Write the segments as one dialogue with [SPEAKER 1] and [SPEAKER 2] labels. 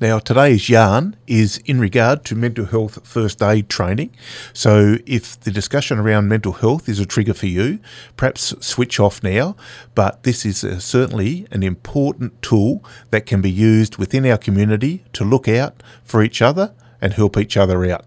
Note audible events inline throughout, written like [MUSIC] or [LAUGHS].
[SPEAKER 1] Now, today's yarn is in regard to mental health first aid training. So, if the discussion around mental health is a trigger for you, perhaps switch off now. But this is uh, certainly an important tool that can be used within our community to look out for each other and help each other out.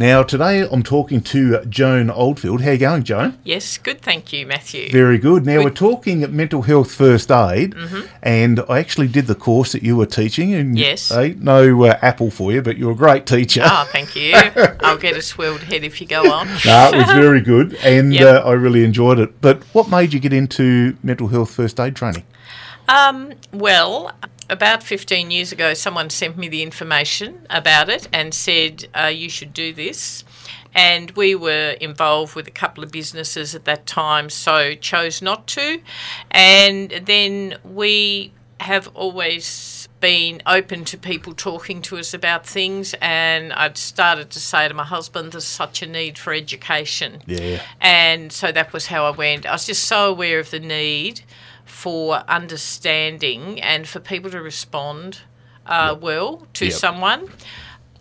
[SPEAKER 1] Now, today I'm talking to Joan Oldfield. How you going, Joan?
[SPEAKER 2] Yes, good, thank you, Matthew.
[SPEAKER 1] Very good. Now we're talking mental health first aid,
[SPEAKER 2] Mm-hmm.
[SPEAKER 1] and I actually did the course that you were teaching. And
[SPEAKER 2] Yes.
[SPEAKER 1] eh, no uh, apple for you, but you're a great teacher. [LAUGHS]
[SPEAKER 2] Ah, thank you. I'll get a swirled head if you go on.
[SPEAKER 1] No, it was very good, and
[SPEAKER 2] [LAUGHS] Yep.
[SPEAKER 1] uh, I really enjoyed it. But what made you get into mental health first aid training?
[SPEAKER 2] Um, well, about 15 years ago, someone sent me the information about it and said, uh, you should do this. And we were involved with a couple of businesses at that time, so chose not to. And then we have always been open to people talking to us about things. And I'd started to say to my husband, there's such a need for education.
[SPEAKER 1] Yeah.
[SPEAKER 2] And so that was how I went. I was just so aware of the need for understanding and for people to respond uh, well to
[SPEAKER 1] Yep.
[SPEAKER 2] someone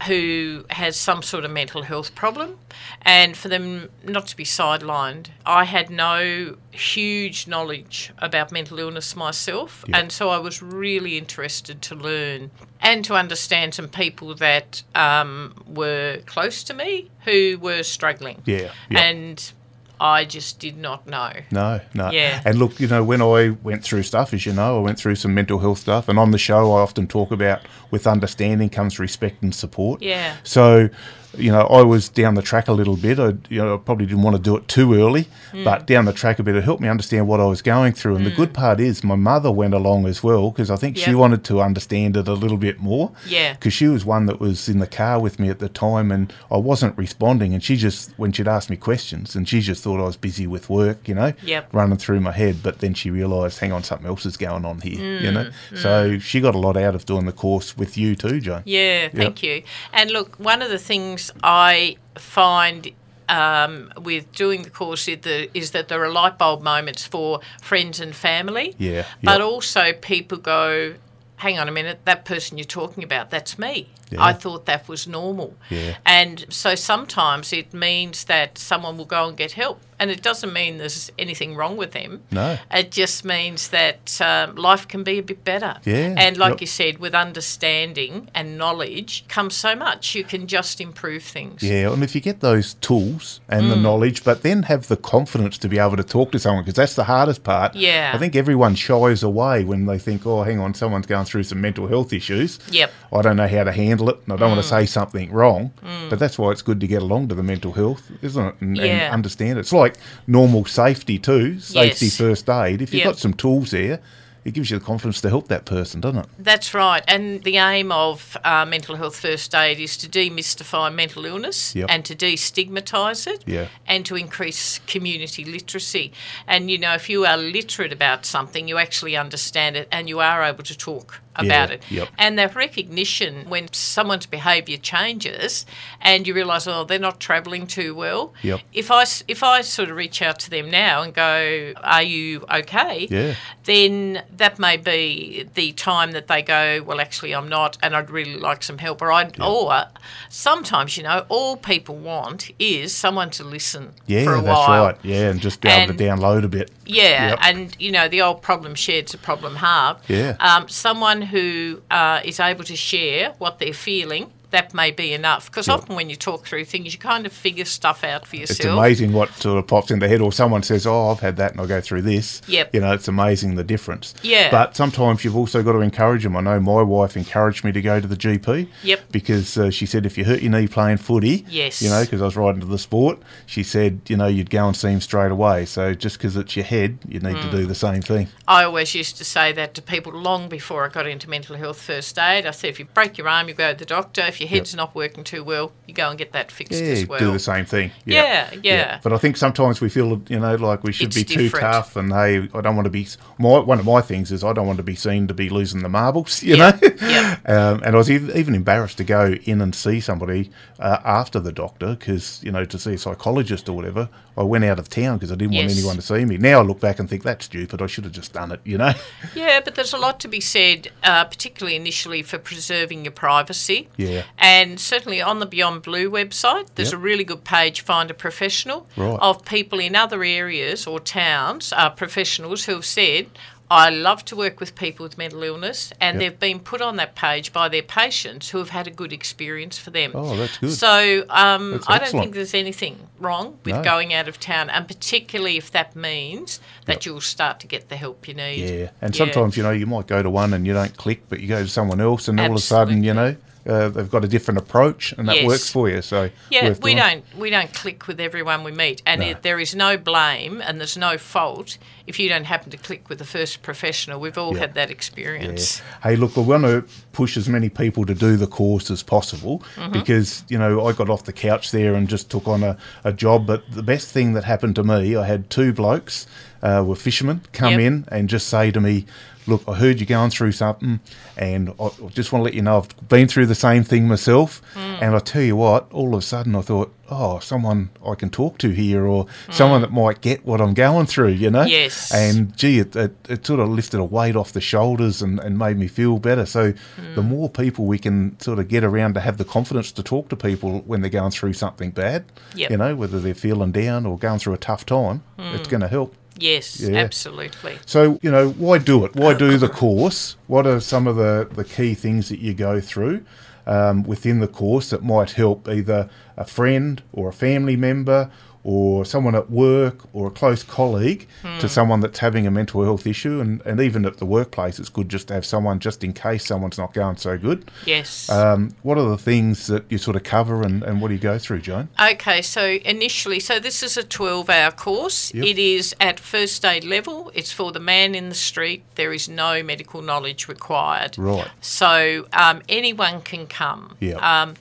[SPEAKER 2] who has some sort of mental health problem and for them not to be sidelined. I had no huge knowledge about mental illness myself, and so I was really interested to learn and to understand some people that um, were close to me who were struggling
[SPEAKER 1] Yeah. yeah.
[SPEAKER 2] and I just did not know.
[SPEAKER 1] No, no.
[SPEAKER 2] Yeah.
[SPEAKER 1] And look, you know, when I went through stuff, as you know, I went through some mental health stuff, and on the show, I often talk about with understanding comes respect and support.
[SPEAKER 2] Yeah.
[SPEAKER 1] So, you know, I was down the track a little bit. I, you know, I probably didn't want to do it too early,
[SPEAKER 2] Mm.
[SPEAKER 1] but down the track a bit, it helped me understand what I was going through. And the good part is, my mother went along as well because I think she
[SPEAKER 2] Yeah.
[SPEAKER 1] wanted to understand it a little bit more.
[SPEAKER 2] Yeah.
[SPEAKER 1] Because she was one that was in the car with me at the time, and I wasn't responding. And she just, when she'd ask me questions, and she just thought I was busy with work, you know,
[SPEAKER 2] Yep.
[SPEAKER 1] running through my head. But then she realised, hang on, something else is going on here, you know.
[SPEAKER 2] Mm,
[SPEAKER 1] So she got a lot out of doing the course with you too, Joan.
[SPEAKER 2] Yeah, thank you. And look, one of the things I find um, with doing the course is, the, is that there are light bulb moments for friends and family.
[SPEAKER 1] Yeah,
[SPEAKER 2] But
[SPEAKER 1] yeah.
[SPEAKER 2] also, people go, hang on a minute, that person you're talking about, that's me.
[SPEAKER 1] Yeah.
[SPEAKER 2] I thought that was normal.
[SPEAKER 1] Yeah.
[SPEAKER 2] And so sometimes it means that someone will go and get help. And it doesn't mean there's anything wrong with them.
[SPEAKER 1] No.
[SPEAKER 2] It just means that um, life can be a bit better.
[SPEAKER 1] Yeah,
[SPEAKER 2] And like
[SPEAKER 1] yep.
[SPEAKER 2] you said, with understanding and knowledge comes so much. You can just improve things.
[SPEAKER 1] Yeah, and if you get those tools and
[SPEAKER 2] Mm.
[SPEAKER 1] the knowledge, but then have the confidence to be able to talk to someone, because that's the hardest part.
[SPEAKER 2] Yeah.
[SPEAKER 1] I think everyone shies away when they think, oh, hang on, someone's going through some mental health issues.
[SPEAKER 2] Yep. Mm.
[SPEAKER 1] I don't know how to handle it, and I don't want to say something wrong. But that's why it's good to get along to the mental health, isn't it? And,
[SPEAKER 2] Yeah.
[SPEAKER 1] and understand it. It's like normal safety, too, safety
[SPEAKER 2] Yes.
[SPEAKER 1] first aid. If you've
[SPEAKER 2] Yep.
[SPEAKER 1] got some tools there, it gives you the confidence to help that person, doesn't it?
[SPEAKER 2] That's right. And the aim of uh, mental health first aid is to demystify mental illness
[SPEAKER 1] Yep.
[SPEAKER 2] and to destigmatise it
[SPEAKER 1] Yeah.
[SPEAKER 2] and to increase community literacy. And, you know, if you are literate about something, you actually understand it and you are able to talk about
[SPEAKER 1] Yeah,
[SPEAKER 2] it.
[SPEAKER 1] yep.
[SPEAKER 2] And that recognition when someone's behaviour changes and you realise, oh, they're not travelling too well.
[SPEAKER 1] Yep.
[SPEAKER 2] If, I, s- if I sort of reach out to them now and go, are you okay?
[SPEAKER 1] Yeah.
[SPEAKER 2] then that may be the time that they go, well, actually, I'm not, and I'd really like some help. Or, I'd, or sometimes, you know, all people want is someone to listen
[SPEAKER 1] Yeah,
[SPEAKER 2] for a
[SPEAKER 1] that's
[SPEAKER 2] while.
[SPEAKER 1] right. Yeah, and just be able
[SPEAKER 2] And-
[SPEAKER 1] to download a bit.
[SPEAKER 2] Yeah,
[SPEAKER 1] Yep.
[SPEAKER 2] and you know the old problem shared's a problem halved.
[SPEAKER 1] Yeah.
[SPEAKER 2] um, someone who uh, is able to share what they're feeling that may be enough. Because often when you talk through things, you kind of figure stuff out for yourself.
[SPEAKER 1] It's amazing what sort of pops in the head, or someone says, "Oh, I've had that, and I go through this."
[SPEAKER 2] Yep.
[SPEAKER 1] You know, it's amazing the difference.
[SPEAKER 2] Yeah.
[SPEAKER 1] But sometimes you've also got to encourage them. I know my wife encouraged me to go to the GP.
[SPEAKER 2] Yep.
[SPEAKER 1] Because uh, she said, if you hurt your knee playing footy,
[SPEAKER 2] Yes.
[SPEAKER 1] you know, because I was right into the sport, she said, you know, you'd go and see him straight away. So just because it's your head, you need to
[SPEAKER 2] Mm.
[SPEAKER 1] do the same thing.
[SPEAKER 2] I always used to say that to people long before I got into mental health first aid. I said, if you break your arm, you go to the doctor. If your head's not working too well, you go and get that fixed
[SPEAKER 1] Yeah,
[SPEAKER 2] as
[SPEAKER 1] do
[SPEAKER 2] well.
[SPEAKER 1] the same thing.
[SPEAKER 2] Yeah, yeah.
[SPEAKER 1] But I think sometimes we feel, you know, like we should
[SPEAKER 2] It's
[SPEAKER 1] be too
[SPEAKER 2] different.
[SPEAKER 1] tough, and hey, I don't want to be. My one of my things is I don't want to be seen to be losing the marbles, [LAUGHS] you
[SPEAKER 2] Yeah,
[SPEAKER 1] know.
[SPEAKER 2] yeah.
[SPEAKER 1] Um, and I was ev- even embarrassed to go in and see somebody uh, after the doctor because you know to see a psychologist or whatever. I went out of town because I didn't want
[SPEAKER 2] Yes.
[SPEAKER 1] anyone to see me. Now I look back and think that's stupid. I should have just done it, you know?
[SPEAKER 2] Yeah, but there's a lot to be said, uh, particularly initially for preserving your privacy.
[SPEAKER 1] Yeah.
[SPEAKER 2] And certainly on the Beyond Blue website, there's
[SPEAKER 1] Yep.
[SPEAKER 2] a really good page, Find a Professional,
[SPEAKER 1] Right.
[SPEAKER 2] of people in other areas or towns, uh, professionals who have said, I love to work with people with mental illness, and
[SPEAKER 1] Yep.
[SPEAKER 2] they've been put on that page by their patients who have had a good experience for them.
[SPEAKER 1] Oh, that's good.
[SPEAKER 2] So um,
[SPEAKER 1] That's
[SPEAKER 2] I don't
[SPEAKER 1] excellent.
[SPEAKER 2] think there's anything wrong with
[SPEAKER 1] No.
[SPEAKER 2] going out of town, and particularly if that means that you'll start to get the help you need.
[SPEAKER 1] Yeah, and
[SPEAKER 2] Yeah.
[SPEAKER 1] sometimes you know you might go to one and you don't click, but you go to someone else, and all of a sudden you know uh, they've got a different approach, and that
[SPEAKER 2] Yes.
[SPEAKER 1] works for you. So
[SPEAKER 2] Yeah,
[SPEAKER 1] worth
[SPEAKER 2] we
[SPEAKER 1] doing.
[SPEAKER 2] don't we don't click with everyone we meet, and
[SPEAKER 1] No.
[SPEAKER 2] it, there is no blame and there's no fault if you don't happen to click with the first professional. We've all
[SPEAKER 1] Yeah.
[SPEAKER 2] had that experience.
[SPEAKER 1] Hey, look, we want to push as many people to do the course as possible
[SPEAKER 2] Mm-hmm.
[SPEAKER 1] because, you know, I got off the couch there and just took on a, a job. But the best thing that happened to me, I had two blokes, uh, were fishermen, come
[SPEAKER 2] Yep.
[SPEAKER 1] in and just say to me, Look, I heard you're going through something, and I I just want to let you know I've been through the same thing myself.
[SPEAKER 2] Mm.
[SPEAKER 1] And I tell you what, all of a sudden I thought, oh, someone I can talk to here, or someone that might get what I'm going through, you know?
[SPEAKER 2] Mm. Yes.
[SPEAKER 1] And and gee, it, it, it sort of lifted a weight off the shoulders and, and made me feel better. So
[SPEAKER 2] Hmm.
[SPEAKER 1] the more people we can sort of get around to have the confidence to talk to people when they're going through something bad,
[SPEAKER 2] Yep.
[SPEAKER 1] you know, whether they're feeling down or going through a tough time,
[SPEAKER 2] Hmm.
[SPEAKER 1] it's going to help.
[SPEAKER 2] Yes,
[SPEAKER 1] Yeah.
[SPEAKER 2] absolutely.
[SPEAKER 1] So, you know, why do it? Why do the course? What are some of the, the key things that you go through um, within the course that might help either a friend or a family member or someone at work or a close colleague to someone that's having a mental health issue? And, and even at the workplace, it's good just to have someone just in case someone's not going so good.
[SPEAKER 2] Yes.
[SPEAKER 1] Um, what are the things that you sort of cover and, and what do you go through, Joan?
[SPEAKER 2] Okay, so initially, so this is a 12 hour course.
[SPEAKER 1] Yep.
[SPEAKER 2] It is at first aid level, it's for the man in the street. There is no medical knowledge required.
[SPEAKER 1] Right.
[SPEAKER 2] So um, anyone can come.
[SPEAKER 1] Yep.
[SPEAKER 2] Um,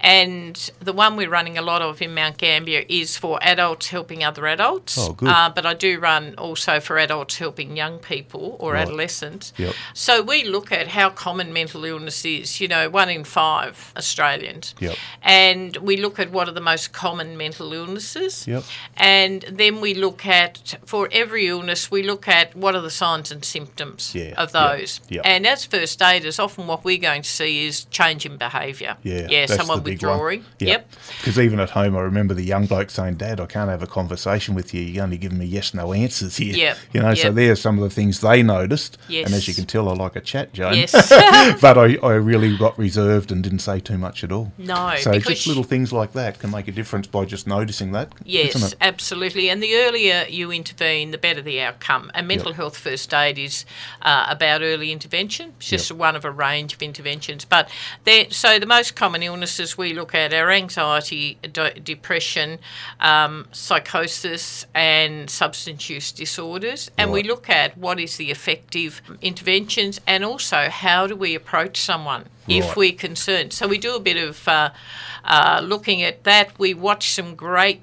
[SPEAKER 2] and the one we're running a lot of in Mount Gambier is for adults helping other adults.
[SPEAKER 1] Oh, good.
[SPEAKER 2] Uh, but I do run also for adults helping young people or adolescents.
[SPEAKER 1] Yep.
[SPEAKER 2] So we look at how common mental illness is. You know, one in five Australians
[SPEAKER 1] Yep.
[SPEAKER 2] and we look at what are the most common mental illnesses.
[SPEAKER 1] Yep.
[SPEAKER 2] And then we look at, for every illness, we look at what are the signs and symptoms
[SPEAKER 1] Yeah,
[SPEAKER 2] of
[SPEAKER 1] yeah,
[SPEAKER 2] those.
[SPEAKER 1] yeah.
[SPEAKER 2] And as first aiders, often what we're going to see is change in behaviour.
[SPEAKER 1] Yeah,
[SPEAKER 2] Yeah,
[SPEAKER 1] that's
[SPEAKER 2] someone
[SPEAKER 1] the big
[SPEAKER 2] withdrawing.
[SPEAKER 1] one.
[SPEAKER 2] Yep.
[SPEAKER 1] [LAUGHS] Because even at home, I remember the young bloke saying, "Dad, I can't have a conversation with you. You're only giving me yes, no answers here."
[SPEAKER 2] Yep,
[SPEAKER 1] You know, so
[SPEAKER 2] yep.
[SPEAKER 1] there's some of the things they noticed. And as
[SPEAKER 2] Yes.
[SPEAKER 1] you can tell, I like a chat, Joan.
[SPEAKER 2] Yes.
[SPEAKER 1] [LAUGHS]
[SPEAKER 2] [LAUGHS]
[SPEAKER 1] but I, I really got reserved and didn't say too much at all.
[SPEAKER 2] No,
[SPEAKER 1] So
[SPEAKER 2] because
[SPEAKER 1] just
[SPEAKER 2] you-
[SPEAKER 1] little things like that can make a difference by just noticing that.
[SPEAKER 2] Yes,
[SPEAKER 1] Isn't it?
[SPEAKER 2] absolutely. And the earlier you intervene, the better the outcome. And mental health first aid is uh, about early intervention. It's just one of a range of interventions. But there, so the most common illnesses we look at are anxiety, de- depression, um, psychosis, and substance use disorders. And we
[SPEAKER 1] Right.
[SPEAKER 2] look at what is the effective interventions, and also how do we approach someone
[SPEAKER 1] Right.
[SPEAKER 2] if we're concerned. So we do a bit of uh, uh, looking at that. We watch some great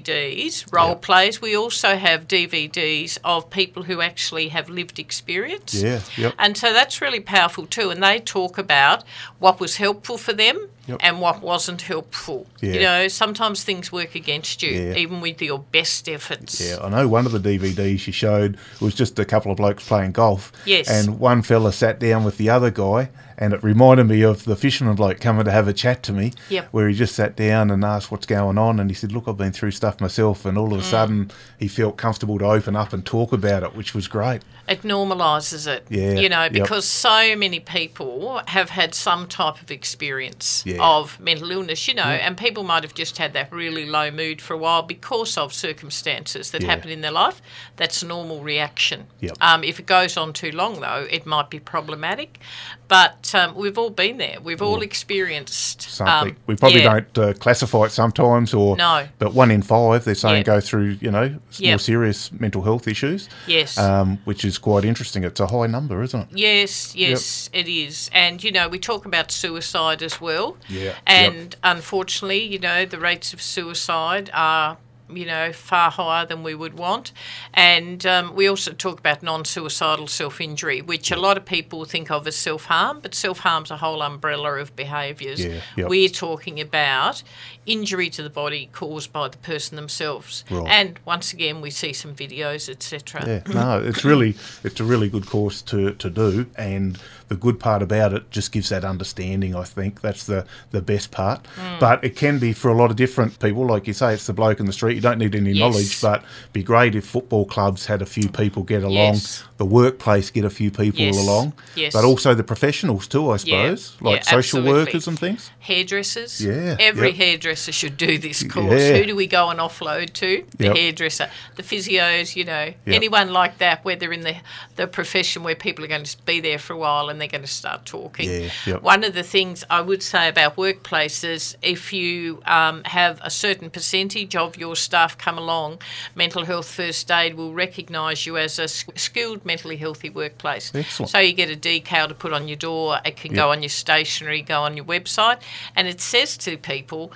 [SPEAKER 2] DVDs, role plays. We also have DVDs of people who actually have lived experience.
[SPEAKER 1] Yeah. Yep.
[SPEAKER 2] And so that's really powerful too. And they talk about what was helpful for them
[SPEAKER 1] Yep.
[SPEAKER 2] and what wasn't helpful. You
[SPEAKER 1] Yeah.
[SPEAKER 2] know, sometimes things work against you,
[SPEAKER 1] Yeah.
[SPEAKER 2] even with your best efforts.
[SPEAKER 1] Yeah, I know one of the DVDs you showed was just a couple of blokes playing golf.
[SPEAKER 2] Yes.
[SPEAKER 1] And one fella sat down with the other guy, and it reminded me of the fisherman bloke coming to have a chat to me,
[SPEAKER 2] Yep.
[SPEAKER 1] where he just sat down and asked what's going on. And he said, Look, I've been through stuff myself. And all of a
[SPEAKER 2] Mm.
[SPEAKER 1] sudden, he felt comfortable to open up and talk about it, which was great.
[SPEAKER 2] it normalises it.
[SPEAKER 1] Yeah,
[SPEAKER 2] You know,
[SPEAKER 1] yep.
[SPEAKER 2] because so many people have had some type of experience
[SPEAKER 1] Yeah.
[SPEAKER 2] of mental illness, you know, and people might have just had that really low mood for a while because of circumstances that
[SPEAKER 1] Yeah.
[SPEAKER 2] happen in their life. That's a normal reaction.
[SPEAKER 1] Yep.
[SPEAKER 2] Um, if it goes on too long, though, it might be problematic. But um, we've all been there. We've all experienced
[SPEAKER 1] Mm. Something
[SPEAKER 2] Um,
[SPEAKER 1] we probably
[SPEAKER 2] yeah.
[SPEAKER 1] don't uh, classify it sometimes, or
[SPEAKER 2] No.
[SPEAKER 1] But one in five, they're saying
[SPEAKER 2] Yeah.
[SPEAKER 1] go through you know s-
[SPEAKER 2] Yeah.
[SPEAKER 1] more serious mental health issues.
[SPEAKER 2] Yes.
[SPEAKER 1] um, which is quite interesting. It's a high number, isn't it?
[SPEAKER 2] Yes, yes, it is. And, you know, we talk about suicide as well.
[SPEAKER 1] Yeah, yep.
[SPEAKER 2] And unfortunately, you know, the rates of suicide are you know, far higher than we would want. And um, we also talk about non suicidal self injury, which a lot of people think of as self harm, but self harm's a whole umbrella of behaviours.
[SPEAKER 1] Yeah, yep.
[SPEAKER 2] We're talking about injury to the body caused by the person themselves.
[SPEAKER 1] Right.
[SPEAKER 2] And once again, we see some videos, etc.
[SPEAKER 1] Yeah, no, it's really it's a really good course to, to do, and the good part about it just gives that understanding. I think that's the the best part.
[SPEAKER 2] Mm.
[SPEAKER 1] But it can be for a lot of different people, like you say, it's the bloke in the street. You don't need any
[SPEAKER 2] Yes.
[SPEAKER 1] knowledge, but it'd be great if football clubs had a few people get along,
[SPEAKER 2] Yes.
[SPEAKER 1] the workplace get a few people
[SPEAKER 2] Yes.
[SPEAKER 1] along,
[SPEAKER 2] Yes.
[SPEAKER 1] but also the professionals too, I suppose,
[SPEAKER 2] Yeah,
[SPEAKER 1] like social
[SPEAKER 2] absolutely.
[SPEAKER 1] workers and things.
[SPEAKER 2] Hairdressers.
[SPEAKER 1] Yeah,
[SPEAKER 2] Every
[SPEAKER 1] yep.
[SPEAKER 2] hairdresser should do this course.
[SPEAKER 1] Yeah.
[SPEAKER 2] Who do we go and offload to? The
[SPEAKER 1] Yep.
[SPEAKER 2] hairdresser, the physios, you know, anyone like that where they're in the, the profession where people are going to be there for a while and they're going to start talking.
[SPEAKER 1] Yeah, yep.
[SPEAKER 2] One of the things I would say about workplaces, if you um, have a certain percentage of your staff come along, mental health first aid will recognise you as a s- skilled mentally healthy workplace.
[SPEAKER 1] Excellent.
[SPEAKER 2] So you get a decal to put on your door. It can go on your stationery, go on your website, and it says to people.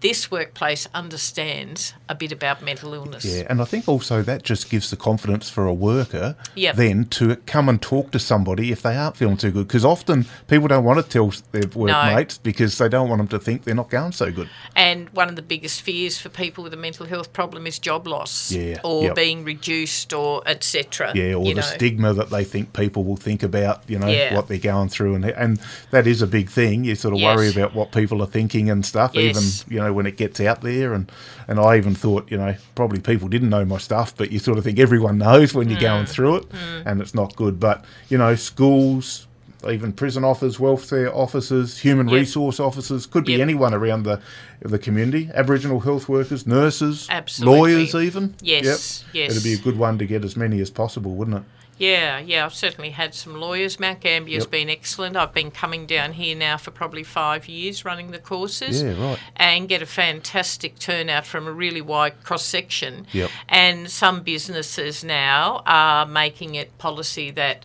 [SPEAKER 2] This workplace understands a bit about mental illness.
[SPEAKER 1] Yeah, and I think also that just gives the confidence for a worker
[SPEAKER 2] Yep.
[SPEAKER 1] then to come and talk to somebody if they aren't feeling too good. Because often people don't want to tell their workmates because they don't want them to think they're not going so good.
[SPEAKER 2] And one of the biggest fears for people with a mental health problem is job loss
[SPEAKER 1] Yeah,
[SPEAKER 2] or
[SPEAKER 1] yep.
[SPEAKER 2] being reduced or etc.
[SPEAKER 1] Yeah, or
[SPEAKER 2] you
[SPEAKER 1] the
[SPEAKER 2] know.
[SPEAKER 1] stigma that they think people will think about, you know,
[SPEAKER 2] Yeah.
[SPEAKER 1] what they're going through, and and that is a big thing. You sort of
[SPEAKER 2] Yes.
[SPEAKER 1] worry about what people are thinking and stuff,
[SPEAKER 2] Yes.
[SPEAKER 1] even you know when it gets out there. And and I even thought, you know, probably people didn't know my stuff, but you sort of think everyone [LAUGHS] knows when you're
[SPEAKER 2] Mm.
[SPEAKER 1] going through it, and it's not good. But you know, schools. Even prison officers, welfare officers, human
[SPEAKER 2] Yep.
[SPEAKER 1] resource officers, could be
[SPEAKER 2] Yep.
[SPEAKER 1] anyone around the the community. Aboriginal health workers, nurses,
[SPEAKER 2] Absolutely.
[SPEAKER 1] lawyers, even.
[SPEAKER 2] Yes, yes.
[SPEAKER 1] It'd be a good one to get as many as possible, wouldn't it?
[SPEAKER 2] Yeah, yeah, I've certainly had some lawyers. Mount Gambier's
[SPEAKER 1] Yep.
[SPEAKER 2] been excellent. I've been coming down here now for probably five years running the courses.
[SPEAKER 1] Yeah, right.
[SPEAKER 2] And get a fantastic turnout from a really wide cross section.
[SPEAKER 1] Yep.
[SPEAKER 2] And some businesses now are making it policy that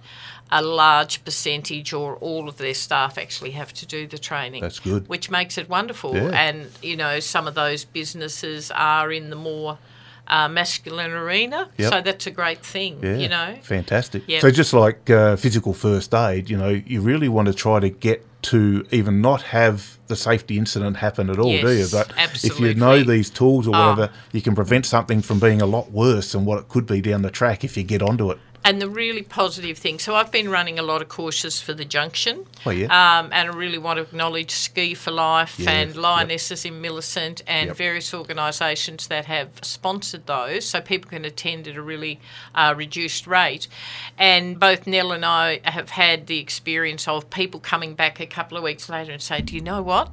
[SPEAKER 2] a large percentage or all of their staff actually have to do the training.
[SPEAKER 1] That's good.
[SPEAKER 2] Which makes it wonderful.
[SPEAKER 1] Yeah.
[SPEAKER 2] And, you know, some of those businesses are in the more uh, masculine arena.
[SPEAKER 1] Yep.
[SPEAKER 2] So that's a great thing, you know.
[SPEAKER 1] fantastic.
[SPEAKER 2] Yep.
[SPEAKER 1] So just like uh, physical first aid, you know, you really want to try to get to even not have the safety incident happen at all, do you?
[SPEAKER 2] Yes,
[SPEAKER 1] But if you know
[SPEAKER 2] absolutely. Ah.
[SPEAKER 1] these tools or whatever, you can prevent something from being a lot worse than what it could be down the track if you get onto it.
[SPEAKER 2] And the really positive thing. So I've been running a lot of courses for the junction.
[SPEAKER 1] Oh, yeah.
[SPEAKER 2] Um, and I really want to acknowledge Ski for Life
[SPEAKER 1] Yeah,
[SPEAKER 2] and
[SPEAKER 1] yep.
[SPEAKER 2] Lionesses in Millicent and
[SPEAKER 1] Yep.
[SPEAKER 2] various organisations that have sponsored those, so people can attend at a really uh, reduced rate. And both Nell and I have had the experience of people coming back a couple of weeks later and say, "Do you know what?"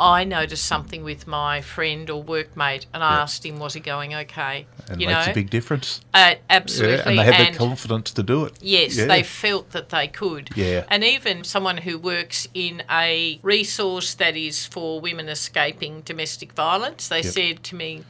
[SPEAKER 2] I noticed something with my friend or workmate, and I asked him, "Was he going okay?"
[SPEAKER 1] And
[SPEAKER 2] you
[SPEAKER 1] makes
[SPEAKER 2] know,
[SPEAKER 1] a big difference.
[SPEAKER 2] uh,
[SPEAKER 1] Yeah,
[SPEAKER 2] absolutely.
[SPEAKER 1] and they have
[SPEAKER 2] And-
[SPEAKER 1] the confidence to do it.
[SPEAKER 2] Yes,
[SPEAKER 1] Yeah.
[SPEAKER 2] they felt that they could.
[SPEAKER 1] Yeah.
[SPEAKER 2] And even someone who works in a resource that is for women escaping domestic violence, they said to me,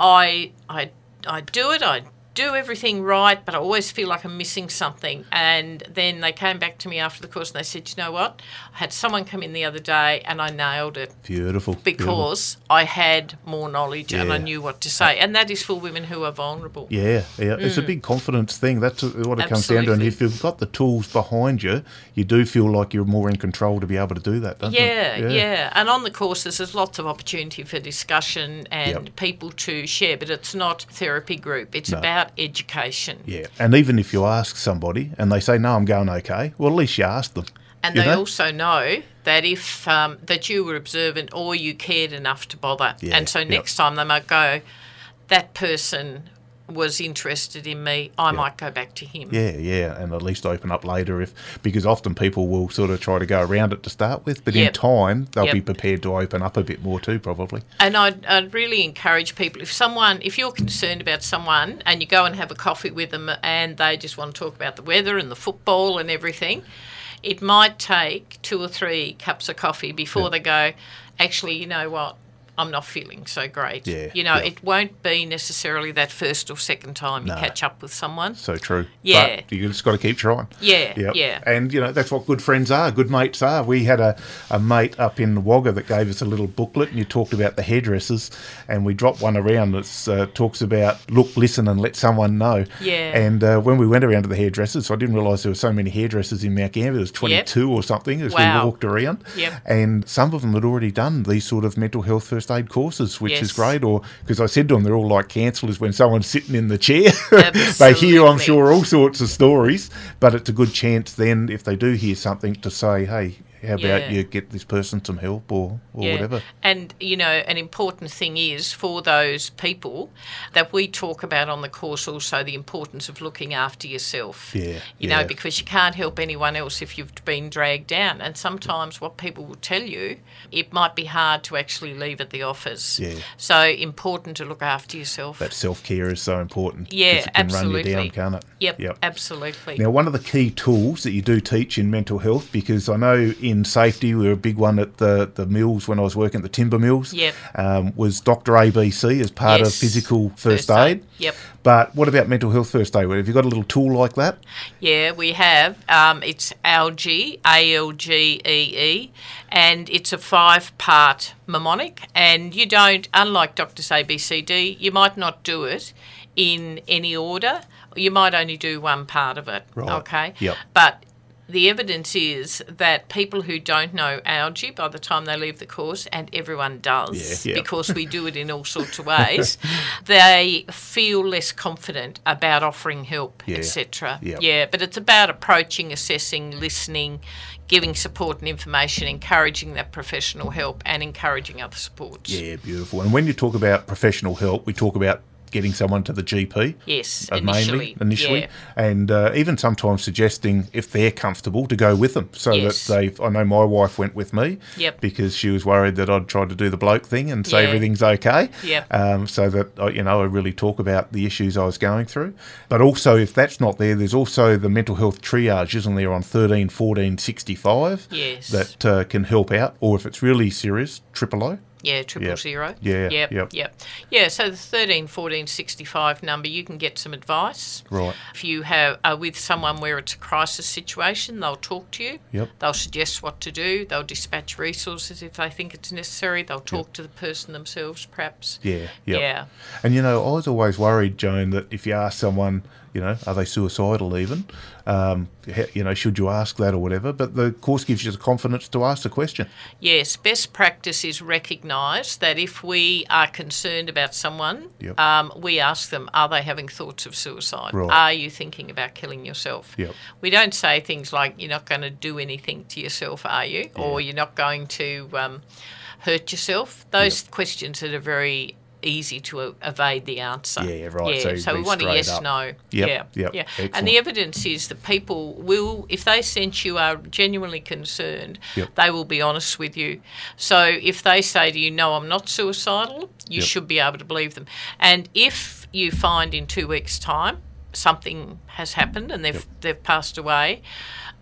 [SPEAKER 2] I, I, I do it, I do everything right, but I always feel like I'm missing something. And then they came back to me after the course and they said, you know what? I had someone come in the other day and I nailed it
[SPEAKER 1] Beautiful. beautiful.
[SPEAKER 2] because I had more knowledge and I
[SPEAKER 1] Yeah.
[SPEAKER 2] knew what to say. And that is for women who are vulnerable.
[SPEAKER 1] Yeah, yeah, it's a big confidence thing. That's what it comes down to. And
[SPEAKER 2] Mm. Absolutely.
[SPEAKER 1] if you've got the tools behind you, you do feel like you're more in control to be able to do that, don't
[SPEAKER 2] Yeah,
[SPEAKER 1] you?
[SPEAKER 2] yeah, And on the courses, there's lots of opportunity for discussion and
[SPEAKER 1] Yep.
[SPEAKER 2] people to share, but it's not therapy group. It's about education.
[SPEAKER 1] Yeah, and even if you ask somebody and they say, "No, I'm going okay," well, at least you asked them.
[SPEAKER 2] And
[SPEAKER 1] you
[SPEAKER 2] they
[SPEAKER 1] know?
[SPEAKER 2] also know that if um, that you were observant or you cared enough to bother,
[SPEAKER 1] Yeah,
[SPEAKER 2] and so
[SPEAKER 1] yep.
[SPEAKER 2] next time they might go, that person was interested in me. I might go back to him.
[SPEAKER 1] Yeah, yeah, and at least open up later if because often people will sort of try to go around it to start with, but in
[SPEAKER 2] Yep.
[SPEAKER 1] time they'll
[SPEAKER 2] Yep.
[SPEAKER 1] be prepared to open up a bit more too, probably.
[SPEAKER 2] And I'd, I'd really encourage people if someone, if you're concerned about someone and you go and have a coffee with them and they just want to talk about the weather and the football and everything, it might take two or three cups of coffee before they go, actually, you know what? I'm not feeling so great.
[SPEAKER 1] Yeah,
[SPEAKER 2] You know,
[SPEAKER 1] yeah.
[SPEAKER 2] it won't be necessarily that first or second time you
[SPEAKER 1] No.
[SPEAKER 2] catch up with someone.
[SPEAKER 1] So true.
[SPEAKER 2] Yeah.
[SPEAKER 1] But you just got to keep trying.
[SPEAKER 2] Yeah,
[SPEAKER 1] Yep.
[SPEAKER 2] yeah.
[SPEAKER 1] And, you know, that's what good friends are, good mates are. We had a, a mate up in Wagga that gave us a little booklet, and you talked about the hairdressers, and we dropped one around that uh, talks about look, listen, and let someone know.
[SPEAKER 2] Yeah.
[SPEAKER 1] And uh, when we went around to the hairdressers, I didn't realise there were so many hairdressers in Mount Gambier. There was 22 or something as
[SPEAKER 2] Wow.
[SPEAKER 1] we walked around.
[SPEAKER 2] Yep.
[SPEAKER 1] And some of them had already done these sort of mental health first aid courses, which is
[SPEAKER 2] Yes.
[SPEAKER 1] great. Or because I said to them, they're all like counsellors when someone's sitting in the chair. [LAUGHS] they hear, I'm
[SPEAKER 2] Absolutely.
[SPEAKER 1] sure, all sorts of stories, but it's a good chance then if they do hear something to say, hey, how
[SPEAKER 2] Yeah.
[SPEAKER 1] about you get this person some help or, or
[SPEAKER 2] Yeah.
[SPEAKER 1] whatever?
[SPEAKER 2] And, you know, an important thing is for those people that we talk about on the course also the importance of looking after yourself.
[SPEAKER 1] Yeah,
[SPEAKER 2] You
[SPEAKER 1] yeah.
[SPEAKER 2] know, because you can't help anyone else if you've been dragged down. And sometimes what people will tell you, it might be hard to actually leave at the office.
[SPEAKER 1] Yeah.
[SPEAKER 2] So important to look after yourself.
[SPEAKER 1] That self care is so important. 'cause
[SPEAKER 2] Yeah,
[SPEAKER 1] it can
[SPEAKER 2] absolutely.
[SPEAKER 1] run you down, can't it?
[SPEAKER 2] Yep, absolutely.
[SPEAKER 1] Now, one of the key tools that you do teach in mental health, because I know in safety we were a big one at the, the mills when I was working at the timber mills,
[SPEAKER 2] Yep.
[SPEAKER 1] um, was Dr. ABC as part of
[SPEAKER 2] Yes.
[SPEAKER 1] physical first,
[SPEAKER 2] First aid.
[SPEAKER 1] aid.
[SPEAKER 2] Yep.
[SPEAKER 1] But what about mental health first aid? Have you got a little tool like that?
[SPEAKER 2] Yeah, we have. Um, it's ALGE, A L G E E, and it's a five part mnemonic. And you don't, unlike Doctors ABCD, you might not do it in any order. You might only do one part of it.
[SPEAKER 1] Right.
[SPEAKER 2] Okay.
[SPEAKER 1] Yep.
[SPEAKER 2] But the evidence is that people who don't know algae by the time they leave the course, and everyone does
[SPEAKER 1] Yeah, yeah.
[SPEAKER 2] because we do it in
[SPEAKER 1] [LAUGHS]
[SPEAKER 2] all sorts of ways, they feel less confident about offering help,
[SPEAKER 1] Yeah,
[SPEAKER 2] etc.
[SPEAKER 1] yeah.
[SPEAKER 2] Yeah, but it's about approaching, assessing, listening, giving support and information, encouraging that professional help, and encouraging other supports.
[SPEAKER 1] Yeah, beautiful. And when you talk about professional help, we talk about getting someone to the GP.
[SPEAKER 2] Yes,
[SPEAKER 1] uh,
[SPEAKER 2] initially.
[SPEAKER 1] mainly initially,
[SPEAKER 2] Yeah.
[SPEAKER 1] and uh, even sometimes suggesting if they're comfortable to go with them, so
[SPEAKER 2] Yes.
[SPEAKER 1] that they. I know my wife went with me,
[SPEAKER 2] Yep.
[SPEAKER 1] because she was worried that I'd tried to do the bloke thing and say
[SPEAKER 2] Yeah.
[SPEAKER 1] everything's okay,
[SPEAKER 2] Yep.
[SPEAKER 1] um, so that I- you know I really talk about the issues I was going through. But also, if that's not there, there's also the mental health triage, isn't there, on 13, 14, 65,
[SPEAKER 2] Yes.
[SPEAKER 1] that uh, can help out, or if it's really serious, triple O.
[SPEAKER 2] Yeah, triple
[SPEAKER 1] Yep.
[SPEAKER 2] zero.
[SPEAKER 1] Yeah,
[SPEAKER 2] Yep.
[SPEAKER 1] yep.
[SPEAKER 2] Yep. Yeah. So the thirteen, fourteen, sixty-five number, you can get some advice.
[SPEAKER 1] Right.
[SPEAKER 2] If you have are with someone where it's a crisis situation, they'll talk to you.
[SPEAKER 1] Yep.
[SPEAKER 2] They'll suggest what to do. They'll dispatch resources if they think it's necessary. They'll talk to the person themselves, perhaps.
[SPEAKER 1] Yeah, yep.
[SPEAKER 2] Yeah.
[SPEAKER 1] And you know, I was always worried, Joan, that if you ask someone, you know, are they suicidal even, um, he- you know, should you ask that or whatever? But the course gives you the confidence to ask the question.
[SPEAKER 2] Yes, best practice is recognise that if we are concerned about someone,
[SPEAKER 1] Yep.
[SPEAKER 2] um, we ask them, are they having thoughts of suicide?
[SPEAKER 1] Right.
[SPEAKER 2] Are you thinking about killing yourself?
[SPEAKER 1] Yep.
[SPEAKER 2] We don't say things like, you're not going to do anything to yourself, are you? Or you're not going to um, hurt yourself? Those questions that are very easy to e- evade the answer.
[SPEAKER 1] Yeah, right,
[SPEAKER 2] Yeah,
[SPEAKER 1] so
[SPEAKER 2] so,
[SPEAKER 1] you'd
[SPEAKER 2] we
[SPEAKER 1] be
[SPEAKER 2] want a
[SPEAKER 1] straight
[SPEAKER 2] yes,
[SPEAKER 1] up.
[SPEAKER 2] no.
[SPEAKER 1] Yep,
[SPEAKER 2] Yeah.
[SPEAKER 1] yep,
[SPEAKER 2] Yeah.
[SPEAKER 1] excellent.
[SPEAKER 2] And the evidence is that people will, if they sense you are genuinely concerned,
[SPEAKER 1] Yep.
[SPEAKER 2] they will be honest with you. So if they say to you, no, I'm not suicidal, you
[SPEAKER 1] Yep.
[SPEAKER 2] should be able to believe them. And if you find in two weeks' time something has happened and they've, they've passed away,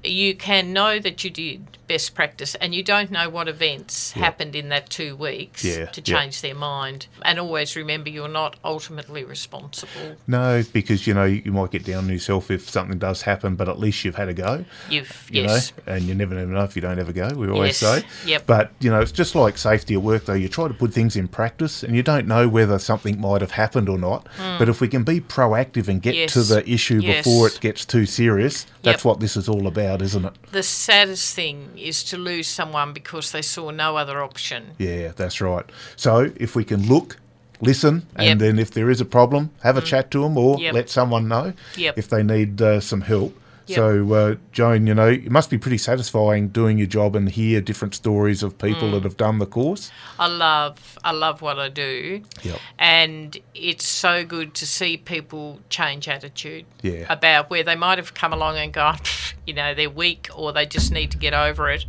[SPEAKER 2] you can know that you did best practice and you don't know what events happened in that two weeks
[SPEAKER 1] Yeah,
[SPEAKER 2] to
[SPEAKER 1] yeah.
[SPEAKER 2] change their mind. And always remember you're not ultimately responsible.
[SPEAKER 1] No, because you know you might get down on yourself if something does happen, but at least you've had a go.
[SPEAKER 2] You've,
[SPEAKER 1] You
[SPEAKER 2] yes.
[SPEAKER 1] know, and you never never know if you don't ever go. We always
[SPEAKER 2] Yes,
[SPEAKER 1] say.
[SPEAKER 2] yep.
[SPEAKER 1] But you know, it's just like safety at work, though. You try to put things in practice, and you don't know whether something might have happened or not. But if we can be proactive and get to
[SPEAKER 2] Hmm. Yes,
[SPEAKER 1] the issue
[SPEAKER 2] yes.
[SPEAKER 1] before it gets too serious, that's
[SPEAKER 2] Yep.
[SPEAKER 1] what this is all about, isn't it?
[SPEAKER 2] The saddest thing is to lose someone because they saw no other option.
[SPEAKER 1] Yeah, that's right. So if we can look, listen, and
[SPEAKER 2] Yep. Mm.
[SPEAKER 1] then if there is a problem, have a chat to them or
[SPEAKER 2] Yep.
[SPEAKER 1] let someone know
[SPEAKER 2] Yep.
[SPEAKER 1] if they need uh, some help.
[SPEAKER 2] Yep.
[SPEAKER 1] So, uh, Joan, you know, it must be pretty satisfying doing your job and hear different stories of
[SPEAKER 2] Mm.
[SPEAKER 1] people that have done the course.
[SPEAKER 2] I love I love what I do.
[SPEAKER 1] Yep.
[SPEAKER 2] And it's so good to see people change attitude
[SPEAKER 1] Yeah.
[SPEAKER 2] about where they might have come along and gone, you know, they're weak or they just need to get over it.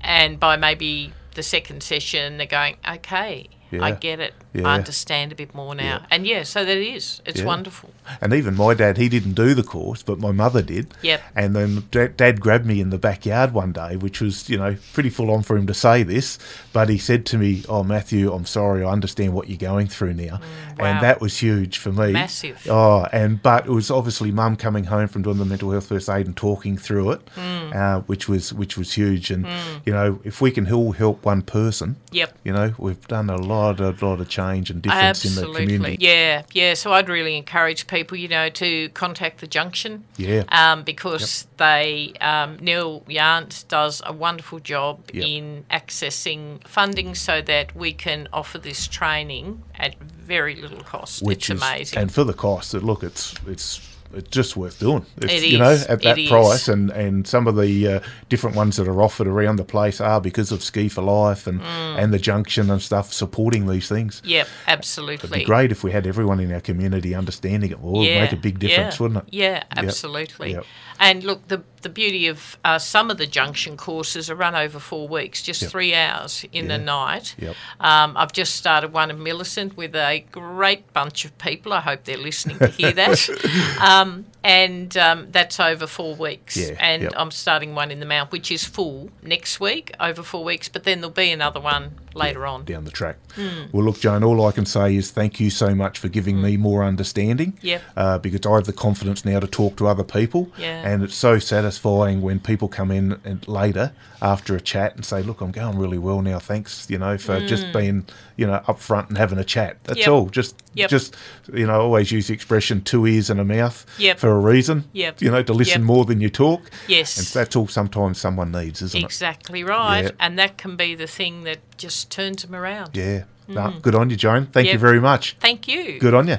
[SPEAKER 2] And by maybe the second session, they're going, okay,
[SPEAKER 1] Yeah.
[SPEAKER 2] I get it.
[SPEAKER 1] Yeah.
[SPEAKER 2] I understand a bit more now. And yeah, so that is. It's
[SPEAKER 1] Yeah.
[SPEAKER 2] wonderful.
[SPEAKER 1] And even my dad, he didn't do the course, but my mother did.
[SPEAKER 2] Yep.
[SPEAKER 1] And then da- dad grabbed me in the backyard one day, which was, you know, pretty full on for him to say this. But he said to me, Oh, Matthew, I'm sorry. I understand what you're going through now.
[SPEAKER 2] Mm, wow.
[SPEAKER 1] And that was huge for me.
[SPEAKER 2] Massive.
[SPEAKER 1] Oh, and but it was obviously mum coming home from doing the mental health first aid and talking through it,
[SPEAKER 2] Mm.
[SPEAKER 1] uh, which was which was huge. And you know, if we can all help one person,
[SPEAKER 2] Yep.
[SPEAKER 1] you know, we've done a lot, a lot of change and difference in the
[SPEAKER 2] Absolutely.
[SPEAKER 1] community.
[SPEAKER 2] Yeah, yeah. So I'd really encourage people, you know, to contact the junction.
[SPEAKER 1] Yeah.
[SPEAKER 2] Um, because they um, Neil Yarns does a wonderful job
[SPEAKER 1] Yep.
[SPEAKER 2] in accessing funding so that we can offer this training at very little cost. it's amazing.
[SPEAKER 1] And for the cost, it, look, it's it's it's just worth doing. It's,
[SPEAKER 2] It
[SPEAKER 1] you know,
[SPEAKER 2] is,
[SPEAKER 1] at that
[SPEAKER 2] it is.
[SPEAKER 1] price, and and some of the uh, different ones that are offered around the place are because of Ski for Life and
[SPEAKER 2] Mm.
[SPEAKER 1] and the Junction and stuff supporting these things.
[SPEAKER 2] yep,
[SPEAKER 1] It'd
[SPEAKER 2] absolutely.
[SPEAKER 1] be great if we had everyone in our community understanding it more. It'd make a big difference,
[SPEAKER 2] yeah,
[SPEAKER 1] wouldn't it?
[SPEAKER 2] Yeah, absolutely.
[SPEAKER 1] yep.
[SPEAKER 2] And look, the the beauty of uh, some of the junction courses are run over four weeks, just three hours in the night.
[SPEAKER 1] Yep.
[SPEAKER 2] Um, I've just started one in Millicent with a great bunch of people. I hope they're listening to hear that.
[SPEAKER 1] [LAUGHS]
[SPEAKER 2] Um, and um, that's over four weeks.
[SPEAKER 1] Yeah,
[SPEAKER 2] and
[SPEAKER 1] yep.
[SPEAKER 2] I'm starting one in the Mount, which is full next week, over four weeks. But then there'll be another one later on.
[SPEAKER 1] Down the track.
[SPEAKER 2] Hmm.
[SPEAKER 1] Well, look, Joan. All I can say is thank you so much for giving me more understanding.
[SPEAKER 2] Yep.
[SPEAKER 1] Uh, because I have the confidence now to talk to other people.
[SPEAKER 2] Yeah.
[SPEAKER 1] And it's so satisfying when people come in and later after a chat and say, "Look, I'm going really well now. Thanks, you know, for just being, you know, upfront and having a chat. That's
[SPEAKER 2] Hmm. Yep.
[SPEAKER 1] all. Just,
[SPEAKER 2] Yep.
[SPEAKER 1] just, you know, I always use the expression two ears and a mouth
[SPEAKER 2] Yep.
[SPEAKER 1] for a reason.
[SPEAKER 2] Yep.
[SPEAKER 1] You know, to listen
[SPEAKER 2] Yep.
[SPEAKER 1] more than you talk.
[SPEAKER 2] Yes.
[SPEAKER 1] And that's all sometimes someone needs, isn't it?
[SPEAKER 2] Exactly right.
[SPEAKER 1] Yeah.
[SPEAKER 2] And that can be the thing that just turns them around.
[SPEAKER 1] Yeah. Nah, good on you, Joan. Thank you
[SPEAKER 2] Hmm. Yep.
[SPEAKER 1] very much.
[SPEAKER 2] Thank you.
[SPEAKER 1] Good on you.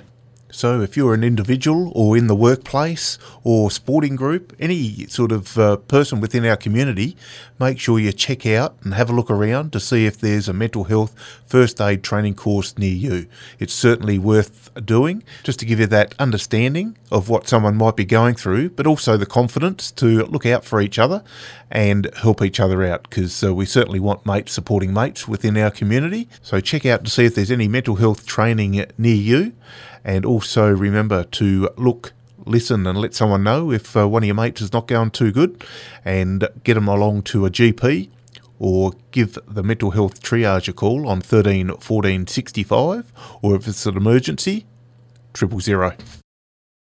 [SPEAKER 1] So, if you're an individual or in the workplace or sporting group, any sort of uh, person within our community, make sure you check out and have a look around to see if there's a mental health first aid training course near you. It's certainly worth doing just to give you that understanding of what someone might be going through, but also the confidence to look out for each other and help each other out because uh, we certainly want mates supporting mates within our community. So, check out to see if there's any mental health training near you. And also remember to look, listen, and let someone know if uh, one of your mates is not going too good and get them along to a GP or give the mental health triage a call on 13 14 65 or if it's an emergency, triple zero.